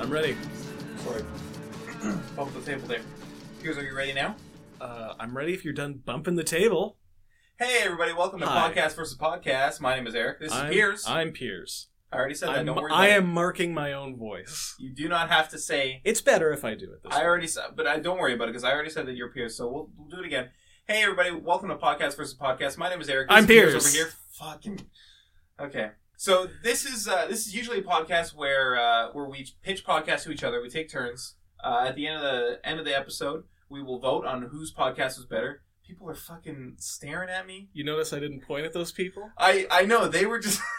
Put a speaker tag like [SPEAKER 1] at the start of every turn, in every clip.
[SPEAKER 1] I'm ready.
[SPEAKER 2] Sorry. Bump the table there. Here's are you ready now?
[SPEAKER 1] Uh, I'm ready if you're done bumping the table.
[SPEAKER 2] Hey everybody, welcome to
[SPEAKER 1] Hi.
[SPEAKER 2] Podcast versus Podcast. My name is Eric. This is
[SPEAKER 1] I'm,
[SPEAKER 2] Piers. I,
[SPEAKER 1] I'm Piers.
[SPEAKER 2] already said that.
[SPEAKER 1] I'm,
[SPEAKER 2] Don't worry.
[SPEAKER 1] I
[SPEAKER 2] about
[SPEAKER 1] am marking my own voice.
[SPEAKER 2] It. You do not have to say.
[SPEAKER 1] It's better if I do it this
[SPEAKER 2] I
[SPEAKER 1] way.
[SPEAKER 2] already said, but I don't worry about it because I already said that you're Piers. So we'll, we'll do it again. Hey everybody, welcome to Podcast versus Podcast. My name is Eric. This
[SPEAKER 1] I'm
[SPEAKER 2] is Piers
[SPEAKER 1] Piers.
[SPEAKER 2] over here. Fucking. Okay. So this is uh, this is usually a podcast where uh, where we pitch podcasts to each other. We take turns. Uh, at the end of the end of the episode, we will vote on whose podcast was better. People are fucking staring at me.
[SPEAKER 1] You notice I didn't point at those people?
[SPEAKER 2] I I know they were just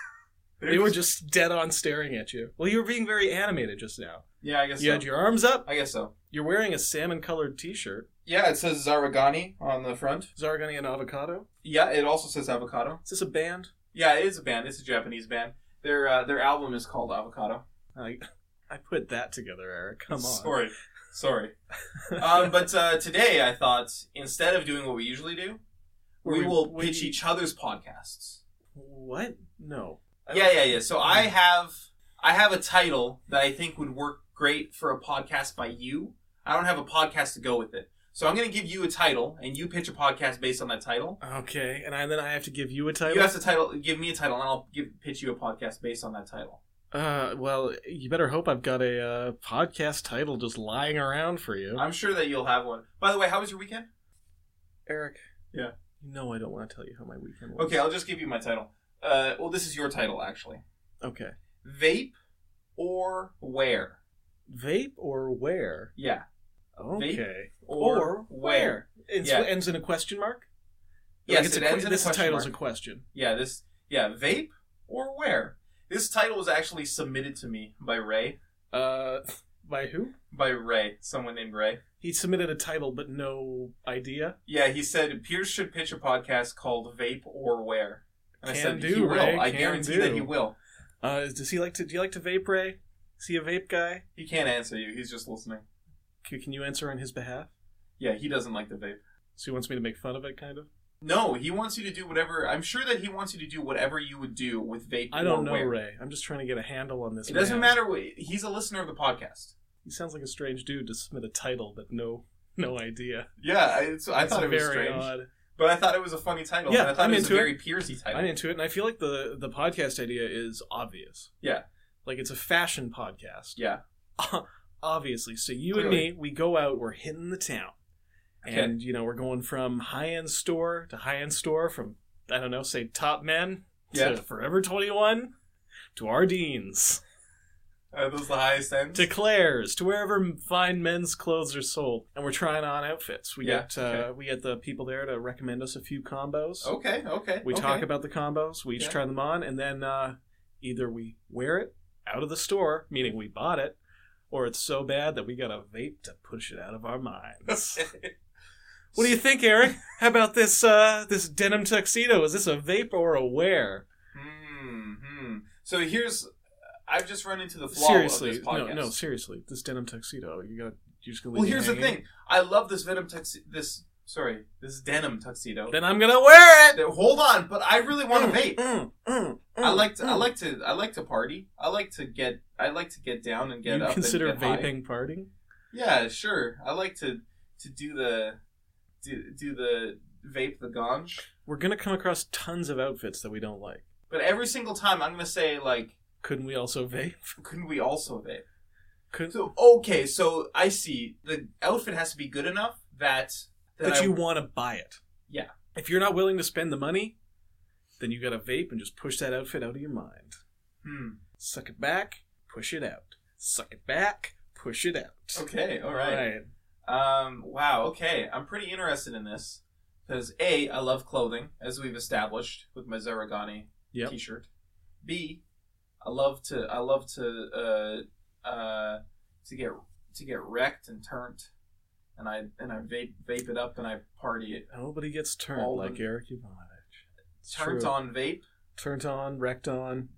[SPEAKER 1] They were just dead on staring at you. Well, you were being very animated just now.
[SPEAKER 2] yeah I guess
[SPEAKER 1] You
[SPEAKER 2] so.
[SPEAKER 1] had your arms up.
[SPEAKER 2] I guess so.
[SPEAKER 1] You're wearing a salmon colored t shirt.
[SPEAKER 2] Yeah, it says Zaragani on the front.
[SPEAKER 1] Zargani and Avocado.
[SPEAKER 2] Yeah, it also says Avocado.
[SPEAKER 1] Is this a band?
[SPEAKER 2] Yeah, it is a band. It's a Japanese band. Their uh, their album is called Avocado.
[SPEAKER 1] I, I put that together, Eric. Come on.
[SPEAKER 2] Sorry, sorry. um, but uh, today I thought instead of doing what we usually do,
[SPEAKER 1] Where
[SPEAKER 2] we, will
[SPEAKER 1] we-
[SPEAKER 2] pitch each other's podcasts.
[SPEAKER 1] What? No. I
[SPEAKER 2] Yeah,
[SPEAKER 1] don't-
[SPEAKER 2] yeah, yeah. So I have I have a title that I think would work great for a podcast by you. I don't have a podcast to go with it. So I'm going to give you a title and you pitch a podcast based on that title.
[SPEAKER 1] Okay, and I, then I have to give you a title.
[SPEAKER 2] You have to title give me a title and I'll give pitch you a podcast based on that title.
[SPEAKER 1] Uh, well, you better hope I've got a uh, podcast title just lying around for you,
[SPEAKER 2] I'm sure that you'll have one. By the way, how was your weekend?
[SPEAKER 1] Eric.
[SPEAKER 2] Yeah.
[SPEAKER 1] You know I don't want to tell you how my weekend was.
[SPEAKER 2] Okay, I'll just give you my title. Uh, well, this is your title actually.
[SPEAKER 1] Okay.
[SPEAKER 2] Vape or where?
[SPEAKER 1] Vape or where?
[SPEAKER 2] Yeah.
[SPEAKER 1] Okay.
[SPEAKER 2] Or where?
[SPEAKER 1] It's,
[SPEAKER 2] Yeah.
[SPEAKER 1] It ends in a question mark.
[SPEAKER 2] Yes,
[SPEAKER 1] Like, it's
[SPEAKER 2] it
[SPEAKER 1] a, que-
[SPEAKER 2] ends in a
[SPEAKER 1] this
[SPEAKER 2] question
[SPEAKER 1] title's
[SPEAKER 2] mark.
[SPEAKER 1] a question.
[SPEAKER 2] Yeah, this yeah, vape or where? This title was actually submitted to me by Ray.
[SPEAKER 1] Uh, by who?
[SPEAKER 2] By Ray, someone named Ray.
[SPEAKER 1] He submitted a title, but no idea.
[SPEAKER 2] Yeah, he said Pierce should pitch a podcast called Vape or Where. And
[SPEAKER 1] Can
[SPEAKER 2] I said
[SPEAKER 1] do,
[SPEAKER 2] he will.
[SPEAKER 1] Ray,
[SPEAKER 2] I
[SPEAKER 1] can
[SPEAKER 2] guarantee
[SPEAKER 1] do."
[SPEAKER 2] that he will.
[SPEAKER 1] Uh, does he like to? Do you like to vape, Ray? Is he a vape guy?
[SPEAKER 2] He can't answer you, he's just listening.
[SPEAKER 1] C- can you answer on his behalf?
[SPEAKER 2] Yeah, he doesn't like the vape.
[SPEAKER 1] So he wants me to make fun of it, kind of.
[SPEAKER 2] No, he wants you to do whatever I'm sure that he wants you to do whatever you would do with vape
[SPEAKER 1] I don't
[SPEAKER 2] or
[SPEAKER 1] know,
[SPEAKER 2] where.
[SPEAKER 1] Ray. I'm just trying to get a handle on this.
[SPEAKER 2] It doesn't
[SPEAKER 1] man.
[SPEAKER 2] matter what he's a listener of the podcast.
[SPEAKER 1] He sounds like a strange dude to submit a title but no no idea.
[SPEAKER 2] Yeah, I, it's, I thought it was
[SPEAKER 1] very
[SPEAKER 2] strange,
[SPEAKER 1] odd.
[SPEAKER 2] but I thought it was a funny title.
[SPEAKER 1] Yeah,
[SPEAKER 2] and I thought
[SPEAKER 1] I'm
[SPEAKER 2] it was
[SPEAKER 1] into
[SPEAKER 2] a
[SPEAKER 1] it.
[SPEAKER 2] very Piercy title.
[SPEAKER 1] I'm into it, and I feel like the the podcast idea is obvious.
[SPEAKER 2] Yeah.
[SPEAKER 1] like it's a fashion podcast.
[SPEAKER 2] Yeah.
[SPEAKER 1] Obviously, so you
[SPEAKER 2] Clearly.
[SPEAKER 1] and me, we go out, we're hitting the town,
[SPEAKER 2] Okay.
[SPEAKER 1] and you know we're going from high end store to high end store, from I don't know, say Top Men
[SPEAKER 2] Yeah.
[SPEAKER 1] to Forever Twenty One to Ardeen's
[SPEAKER 2] Are those the highest end?
[SPEAKER 1] to Claire's, to wherever fine men's clothes are sold, and we're trying on outfits. We
[SPEAKER 2] Yeah,
[SPEAKER 1] get uh,
[SPEAKER 2] okay.
[SPEAKER 1] we get the people there to recommend us a few combos.
[SPEAKER 2] okay, okay.
[SPEAKER 1] we
[SPEAKER 2] okay.
[SPEAKER 1] talk about the combos. We each
[SPEAKER 2] Yeah.
[SPEAKER 1] try them on, and then uh, either we wear it out of the store, meaning we bought it, or it's so bad that we got a vape to push it out of our minds. what do you think, Eric? How about this uh, this denim tuxedo? Is this a vape or a wear?
[SPEAKER 2] Hmm. hmm. So here's, I've just run into the flaw of
[SPEAKER 1] Seriously,
[SPEAKER 2] this
[SPEAKER 1] no,
[SPEAKER 2] podcast.
[SPEAKER 1] no, seriously, this denim tuxedo. You got. You're just gonna
[SPEAKER 2] Well,
[SPEAKER 1] leave me
[SPEAKER 2] here's the
[SPEAKER 1] hanging?
[SPEAKER 2] thing. I love this venom tux. This sorry, this denim tuxedo.
[SPEAKER 1] Then I'm gonna wear it.
[SPEAKER 2] That- Hold on, but I really want to vape. I like to. I
[SPEAKER 1] Mm.
[SPEAKER 2] like to. I like to party. I like to get. I like to get down and get
[SPEAKER 1] you
[SPEAKER 2] up. and
[SPEAKER 1] consider
[SPEAKER 2] get high.
[SPEAKER 1] vaping partying?
[SPEAKER 2] Yeah, sure. I like to to do the do, do the vape the ganj.
[SPEAKER 1] We're gonna come across tons of outfits that we don't like.
[SPEAKER 2] But every single time, I'm gonna say like,
[SPEAKER 1] Couldn't we also vape?
[SPEAKER 2] couldn't we also vape?
[SPEAKER 1] Could
[SPEAKER 2] So okay, so I see the outfit has to be good enough that that
[SPEAKER 1] but
[SPEAKER 2] I-
[SPEAKER 1] you want to buy it?
[SPEAKER 2] Yeah.
[SPEAKER 1] If you're not willing to spend the money, then you gotta vape and just push that outfit out of your mind.
[SPEAKER 2] Hmm.
[SPEAKER 1] Suck it back, push it out. Suck it back, push it out.
[SPEAKER 2] Okay, all right. Um, wow. Okay, I'm pretty interested in this because a I love clothing as we've established with my Zaragani
[SPEAKER 1] Yep.
[SPEAKER 2] T-shirt. B, I love to I love to uh, uh, to get to get wrecked and turned, and I and I vape vape it up and I party it.
[SPEAKER 1] Nobody gets turned
[SPEAKER 2] All
[SPEAKER 1] like
[SPEAKER 2] the-
[SPEAKER 1] Eric Ivanovich. It's
[SPEAKER 2] Turned
[SPEAKER 1] true.
[SPEAKER 2] on vape
[SPEAKER 1] Turned on, wrecked on,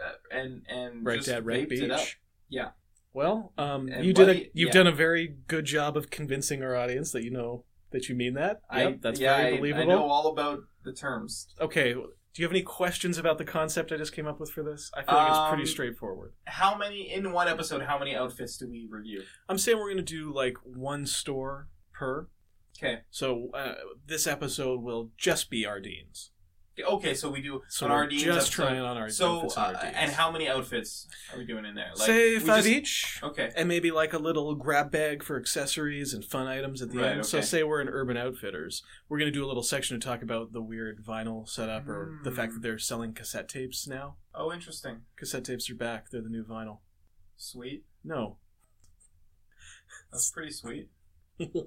[SPEAKER 2] uh, and and
[SPEAKER 1] wrecked
[SPEAKER 2] just
[SPEAKER 1] at Wreck
[SPEAKER 2] vaped it up.
[SPEAKER 1] Beach.
[SPEAKER 2] Yeah.
[SPEAKER 1] Well, um,
[SPEAKER 2] And
[SPEAKER 1] you did a
[SPEAKER 2] bloody-
[SPEAKER 1] you've
[SPEAKER 2] yeah.
[SPEAKER 1] done a very good job of convincing our audience that you know that you mean that.
[SPEAKER 2] I,
[SPEAKER 1] Yep, that's
[SPEAKER 2] yeah,
[SPEAKER 1] very
[SPEAKER 2] I- I
[SPEAKER 1] believable.
[SPEAKER 2] know all about the terms.
[SPEAKER 1] Okay, Do you have any questions about the concept I just came up with for this? I feel like it's
[SPEAKER 2] Um,
[SPEAKER 1] pretty straightforward.
[SPEAKER 2] How many in one episode? How many outfits do we review?
[SPEAKER 1] I'm saying we're going to do like one store per.
[SPEAKER 2] Okay.
[SPEAKER 1] So uh, this episode will just be our deans.
[SPEAKER 2] Okay, so we do
[SPEAKER 1] So
[SPEAKER 2] an
[SPEAKER 1] we're
[SPEAKER 2] Ardeen's
[SPEAKER 1] just
[SPEAKER 2] episode.
[SPEAKER 1] trying on our
[SPEAKER 2] So
[SPEAKER 1] outfits
[SPEAKER 2] uh,
[SPEAKER 1] on our deans.
[SPEAKER 2] and how many outfits are we doing in there?
[SPEAKER 1] say
[SPEAKER 2] we
[SPEAKER 1] five
[SPEAKER 2] just-
[SPEAKER 1] each.
[SPEAKER 2] Okay.
[SPEAKER 1] And maybe like a little grab bag for accessories and fun items at the
[SPEAKER 2] Right,
[SPEAKER 1] end. So,
[SPEAKER 2] okay.
[SPEAKER 1] say we're in Urban Outfitters, we're going to do a little section to talk about the weird vinyl setup or the fact
[SPEAKER 2] Mm.
[SPEAKER 1] that they're selling cassette tapes now.
[SPEAKER 2] Oh, interesting.
[SPEAKER 1] Cassette tapes are back. They're the new vinyl.
[SPEAKER 2] Sweet.
[SPEAKER 1] No.
[SPEAKER 2] That's pretty sweet.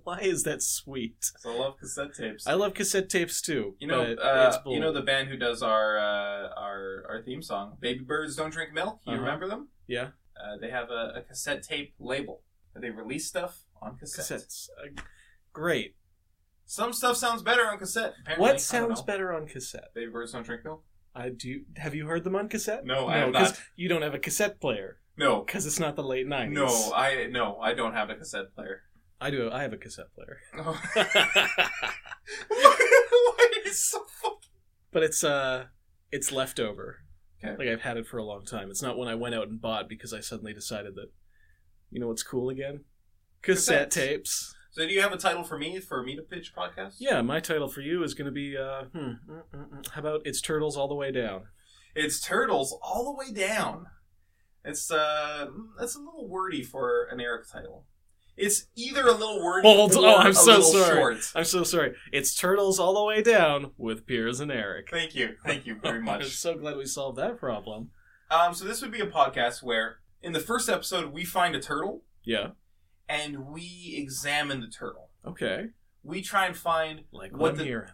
[SPEAKER 1] Why is that sweet?
[SPEAKER 2] 'Cause I love cassette tapes.
[SPEAKER 1] I love cassette tapes too.
[SPEAKER 2] you know,
[SPEAKER 1] but
[SPEAKER 2] uh,
[SPEAKER 1] it's bull.
[SPEAKER 2] you know the band who does our uh, our our theme song, "Baby Birds Don't Drink Milk." You
[SPEAKER 1] Uh-huh.
[SPEAKER 2] remember them?
[SPEAKER 1] yeah
[SPEAKER 2] Uh, they have a, a cassette tape label. They release stuff on cassette.
[SPEAKER 1] cassettes. Uh, great.
[SPEAKER 2] Some stuff sounds better on cassette. Apparently. I
[SPEAKER 1] What
[SPEAKER 2] don't
[SPEAKER 1] sounds
[SPEAKER 2] know.
[SPEAKER 1] better on cassette?
[SPEAKER 2] Baby Birds Don't Drink Milk.
[SPEAKER 1] I do. You, have you heard them on cassette?
[SPEAKER 2] No, I have
[SPEAKER 1] 'cause
[SPEAKER 2] not.
[SPEAKER 1] You don't have a cassette player
[SPEAKER 2] No,
[SPEAKER 1] because it's not the late nineties.
[SPEAKER 2] no, I no, I don't have a cassette player.
[SPEAKER 1] I do. I have a cassette player.
[SPEAKER 2] Why are you so fucking?
[SPEAKER 1] but it's uh it's leftover.
[SPEAKER 2] Okay.
[SPEAKER 1] Like I've had it for a long time. It's not one I went out and bought because I suddenly decided that you know what's cool again? Cassette
[SPEAKER 2] Cassettes.
[SPEAKER 1] tapes.
[SPEAKER 2] So, do you have a title for me for me to pitch podcast?
[SPEAKER 1] Yeah, my title for you is going to be uh hmm, mm, mm, mm. how about it's turtles all the way down.
[SPEAKER 2] It's turtles all the way down. It's uh, that's a little wordy for an Eric title. It's either a little wordy
[SPEAKER 1] Hold-
[SPEAKER 2] or
[SPEAKER 1] oh, I'm
[SPEAKER 2] a
[SPEAKER 1] so
[SPEAKER 2] little
[SPEAKER 1] sorry.
[SPEAKER 2] short.
[SPEAKER 1] I'm so sorry. It's turtles all the way down with Piers and Eric.
[SPEAKER 2] Thank you, thank you very
[SPEAKER 1] I'm
[SPEAKER 2] much.
[SPEAKER 1] so glad we solved that problem.
[SPEAKER 2] Um, so this would be a podcast where in the first episode we find a turtle
[SPEAKER 1] Yeah.
[SPEAKER 2] and we examine the turtle.
[SPEAKER 1] Okay.
[SPEAKER 2] We try and find
[SPEAKER 1] Like what,
[SPEAKER 2] What
[SPEAKER 1] I'm
[SPEAKER 2] the-
[SPEAKER 1] hearing.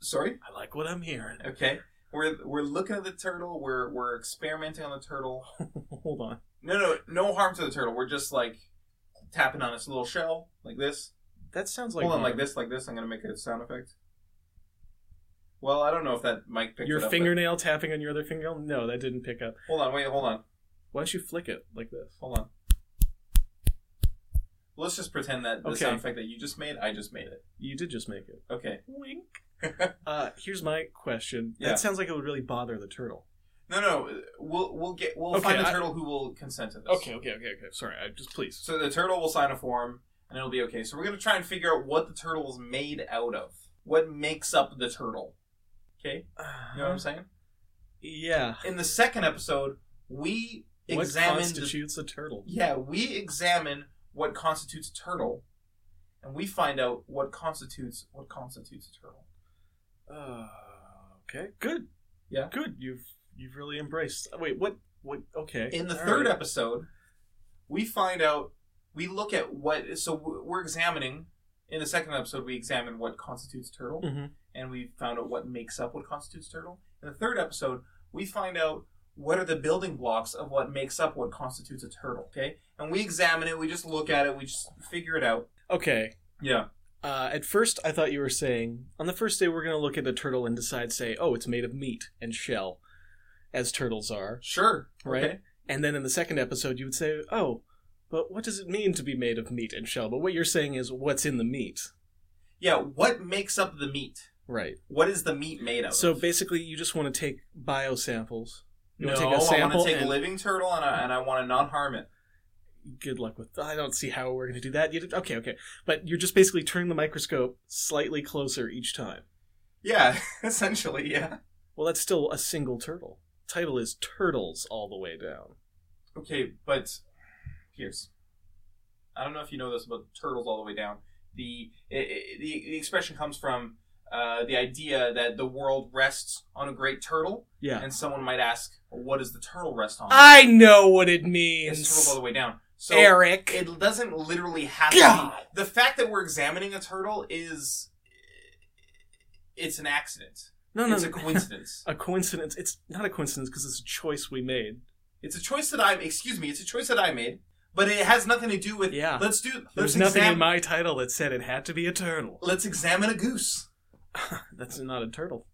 [SPEAKER 2] sorry.
[SPEAKER 1] I like what I'm hearing.
[SPEAKER 2] Okay. We're we're looking at the turtle. We're we're experimenting on the turtle.
[SPEAKER 1] Hold on.
[SPEAKER 2] No, no, no harm to the turtle. We're just like tapping on its little shell like this.
[SPEAKER 1] That sounds like
[SPEAKER 2] Hold on,
[SPEAKER 1] my-
[SPEAKER 2] like this, like this. I'm gonna make a sound effect. Well, I don't know if that mic picked
[SPEAKER 1] your
[SPEAKER 2] it up,
[SPEAKER 1] fingernail tapping on your other fingernail? No, that didn't pick up.
[SPEAKER 2] but- Hold on, wait, hold on,
[SPEAKER 1] Why don't you flick it like this?
[SPEAKER 2] hold on. Let's just pretend that the
[SPEAKER 1] Okay.
[SPEAKER 2] sound effect that you just made, I just made it.
[SPEAKER 1] You did just make it.
[SPEAKER 2] Okay.
[SPEAKER 1] Wink. uh, here's my question.
[SPEAKER 2] Yeah.
[SPEAKER 1] That sounds like it would really bother the turtle.
[SPEAKER 2] No, no, we'll we'll get we'll
[SPEAKER 1] Okay,
[SPEAKER 2] find a
[SPEAKER 1] I-
[SPEAKER 2] turtle who will consent to this.
[SPEAKER 1] Okay, okay, okay, okay. Sorry, I just please.
[SPEAKER 2] So the turtle will sign a form, and it'll be okay. So we're gonna try and figure out what the turtle is made out of. What makes up the turtle? Okay, you know what
[SPEAKER 1] Uh-huh.
[SPEAKER 2] I'm saying?
[SPEAKER 1] Uh, yeah.
[SPEAKER 2] In the second episode, we
[SPEAKER 1] What
[SPEAKER 2] examine the,
[SPEAKER 1] constitutes a turtle?
[SPEAKER 2] yeah we examine what constitutes a turtle, and we find out what constitutes what constitutes a turtle.
[SPEAKER 1] Uh, okay. Good.
[SPEAKER 2] Yeah.
[SPEAKER 1] Good. You've you've really embraced. Wait, what? What? Okay.
[SPEAKER 2] In the
[SPEAKER 1] All
[SPEAKER 2] third
[SPEAKER 1] right.
[SPEAKER 2] episode, we find out we look at what so we're examining. In the second episode, we examine what constitutes a turtle.
[SPEAKER 1] Mhm.
[SPEAKER 2] and we found out what makes up what constitutes turtle. In the third episode, we find out what are the building blocks of what makes up what constitutes a turtle. Okay, and we examine it. We just look at it. We just figure it out.
[SPEAKER 1] Okay.
[SPEAKER 2] Yeah.
[SPEAKER 1] Uh, at first, I thought you were saying on the first day we're going to look at a turtle and decide, say, oh, it's made of meat and shell, as turtles are.
[SPEAKER 2] Sure.
[SPEAKER 1] Right.
[SPEAKER 2] Okay.
[SPEAKER 1] And then in the second episode, you would say, oh, but what does it mean to be made of meat and shell? But what you're saying is, what's in the meat?
[SPEAKER 2] Yeah. What makes up the meat?
[SPEAKER 1] Right.
[SPEAKER 2] What is the meat made of?
[SPEAKER 1] So basically, you just want to take bio samples. You
[SPEAKER 2] no,
[SPEAKER 1] want to
[SPEAKER 2] I
[SPEAKER 1] take a sample
[SPEAKER 2] want to take
[SPEAKER 1] and-
[SPEAKER 2] a living turtle and I, and I want to not harm it.
[SPEAKER 1] Good luck with. I don't see how we're going to do that. You did- okay, okay. But you're just basically turning the microscope slightly closer each time.
[SPEAKER 2] Yeah. Essentially. Yeah.
[SPEAKER 1] Well, that's still a single turtle. Title is turtles all the way down.
[SPEAKER 2] Okay, but Pierce, I don't know if you know this about turtles all the way down. The i i the, the expression comes from uh, the idea that the world rests on a great turtle,
[SPEAKER 1] Yeah.
[SPEAKER 2] and someone might ask, well, "What does the turtle rest on?"
[SPEAKER 1] I know what it
[SPEAKER 2] it's turtles
[SPEAKER 1] means,
[SPEAKER 2] all the way down. So
[SPEAKER 1] Ah, Eric.
[SPEAKER 2] it doesn't literally have
[SPEAKER 1] God.
[SPEAKER 2] to. Be, the fact that we're examining a turtle is it's an accident.
[SPEAKER 1] no, no,
[SPEAKER 2] it's
[SPEAKER 1] no.
[SPEAKER 2] a coincidence.
[SPEAKER 1] a coincidence. It's not a coincidence because it's a choice we made.
[SPEAKER 2] It's a choice that I excuse me. It's a choice that I made, but it has nothing to do with.
[SPEAKER 1] Yeah.
[SPEAKER 2] Let's do. Let's
[SPEAKER 1] There's nothing
[SPEAKER 2] examine,
[SPEAKER 1] in my title that said it had to be a turtle.
[SPEAKER 2] Let's examine a goose.
[SPEAKER 1] That's not a turtle.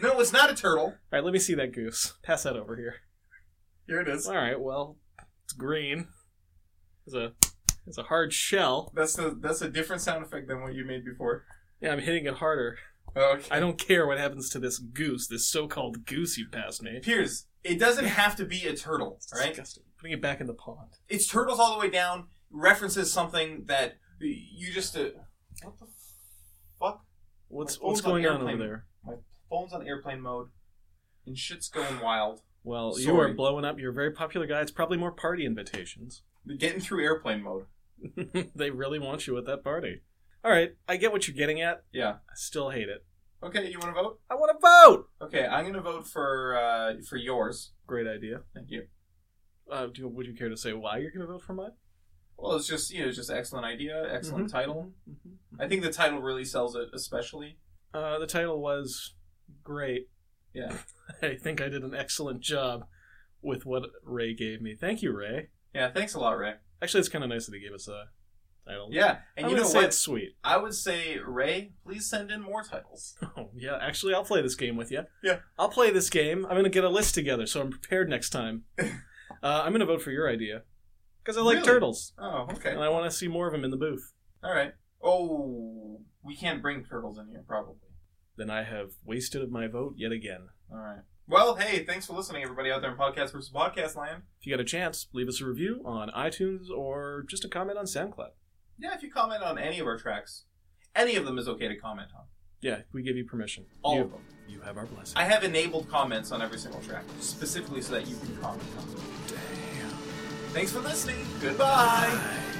[SPEAKER 2] No, it's not a turtle.
[SPEAKER 1] All right, let me see that goose. Pass that over here.
[SPEAKER 2] Here it is.
[SPEAKER 1] All right, well, it's green. It's a it's a hard shell.
[SPEAKER 2] That's a that's a different sound effect than what you made before.
[SPEAKER 1] Yeah, I'm hitting it harder.
[SPEAKER 2] Okay.
[SPEAKER 1] I don't care what happens to this goose, this so-called goose you passed me.
[SPEAKER 2] Piers, it doesn't have to be a turtle,
[SPEAKER 1] It's
[SPEAKER 2] right?
[SPEAKER 1] disgusting. Putting it back in the pond.
[SPEAKER 2] It's turtles all the way down. References something that you just. Uh, what the fuck?
[SPEAKER 1] What's
[SPEAKER 2] My phone's
[SPEAKER 1] what's going
[SPEAKER 2] on
[SPEAKER 1] on over
[SPEAKER 2] airplane.
[SPEAKER 1] there?
[SPEAKER 2] My phone's on airplane mode, and shit's going wild.
[SPEAKER 1] Well, you
[SPEAKER 2] Sorry.
[SPEAKER 1] are blowing up. You're a very popular guy. It's probably more party invitations.
[SPEAKER 2] We're Getting through airplane mode.
[SPEAKER 1] they really want you at that party. All right, I get what you're getting at.
[SPEAKER 2] Yeah.
[SPEAKER 1] I still hate it.
[SPEAKER 2] Okay, you want to vote?
[SPEAKER 1] I want to vote.
[SPEAKER 2] Okay, I'm gonna vote for uh, for yours.
[SPEAKER 1] Great idea.
[SPEAKER 2] Thank you.
[SPEAKER 1] Uh, do, would you care to say why you're going to vote for mine?
[SPEAKER 2] Well, it's just you know, just excellent idea, excellent title.
[SPEAKER 1] Mhm.
[SPEAKER 2] I think the title really sells it, especially.
[SPEAKER 1] Uh, the title was great.
[SPEAKER 2] Yeah.
[SPEAKER 1] I think I did an excellent job with what Ray gave me. Thank you, Ray.
[SPEAKER 2] Yeah, thanks a lot, Ray.
[SPEAKER 1] Actually, it's kind of nice that he gave us a title.
[SPEAKER 2] Yeah, and
[SPEAKER 1] I
[SPEAKER 2] you
[SPEAKER 1] would
[SPEAKER 2] know
[SPEAKER 1] say
[SPEAKER 2] what?
[SPEAKER 1] it's sweet.
[SPEAKER 2] I would say, Ray, please send in more titles.
[SPEAKER 1] Oh, yeah, actually, I'll play this game with you.
[SPEAKER 2] Yeah.
[SPEAKER 1] I'll play this game. I'm going to get a list together so I'm prepared next time. uh, I'm going to vote for your idea because I like
[SPEAKER 2] Really?
[SPEAKER 1] turtles
[SPEAKER 2] Oh, okay.
[SPEAKER 1] and I want to see more of them in the booth.
[SPEAKER 2] All right. Oh, we can't bring turtles in here, probably.
[SPEAKER 1] Then I have wasted my vote yet again.
[SPEAKER 2] All right. Well, hey, thanks for listening, everybody out there in Podcast versus Podcast Land.
[SPEAKER 1] If you got a chance, leave us a review on iTunes or just a comment on SoundCloud.
[SPEAKER 2] Yeah, if you comment on any of our tracks, any of them is okay to comment on.
[SPEAKER 1] Yeah, we give you permission.
[SPEAKER 2] All
[SPEAKER 1] you,
[SPEAKER 2] of them.
[SPEAKER 1] You have our blessing.
[SPEAKER 2] I have enabled comments on every single track, specifically so that you can comment on them. Damn. Thanks for listening. Goodbye.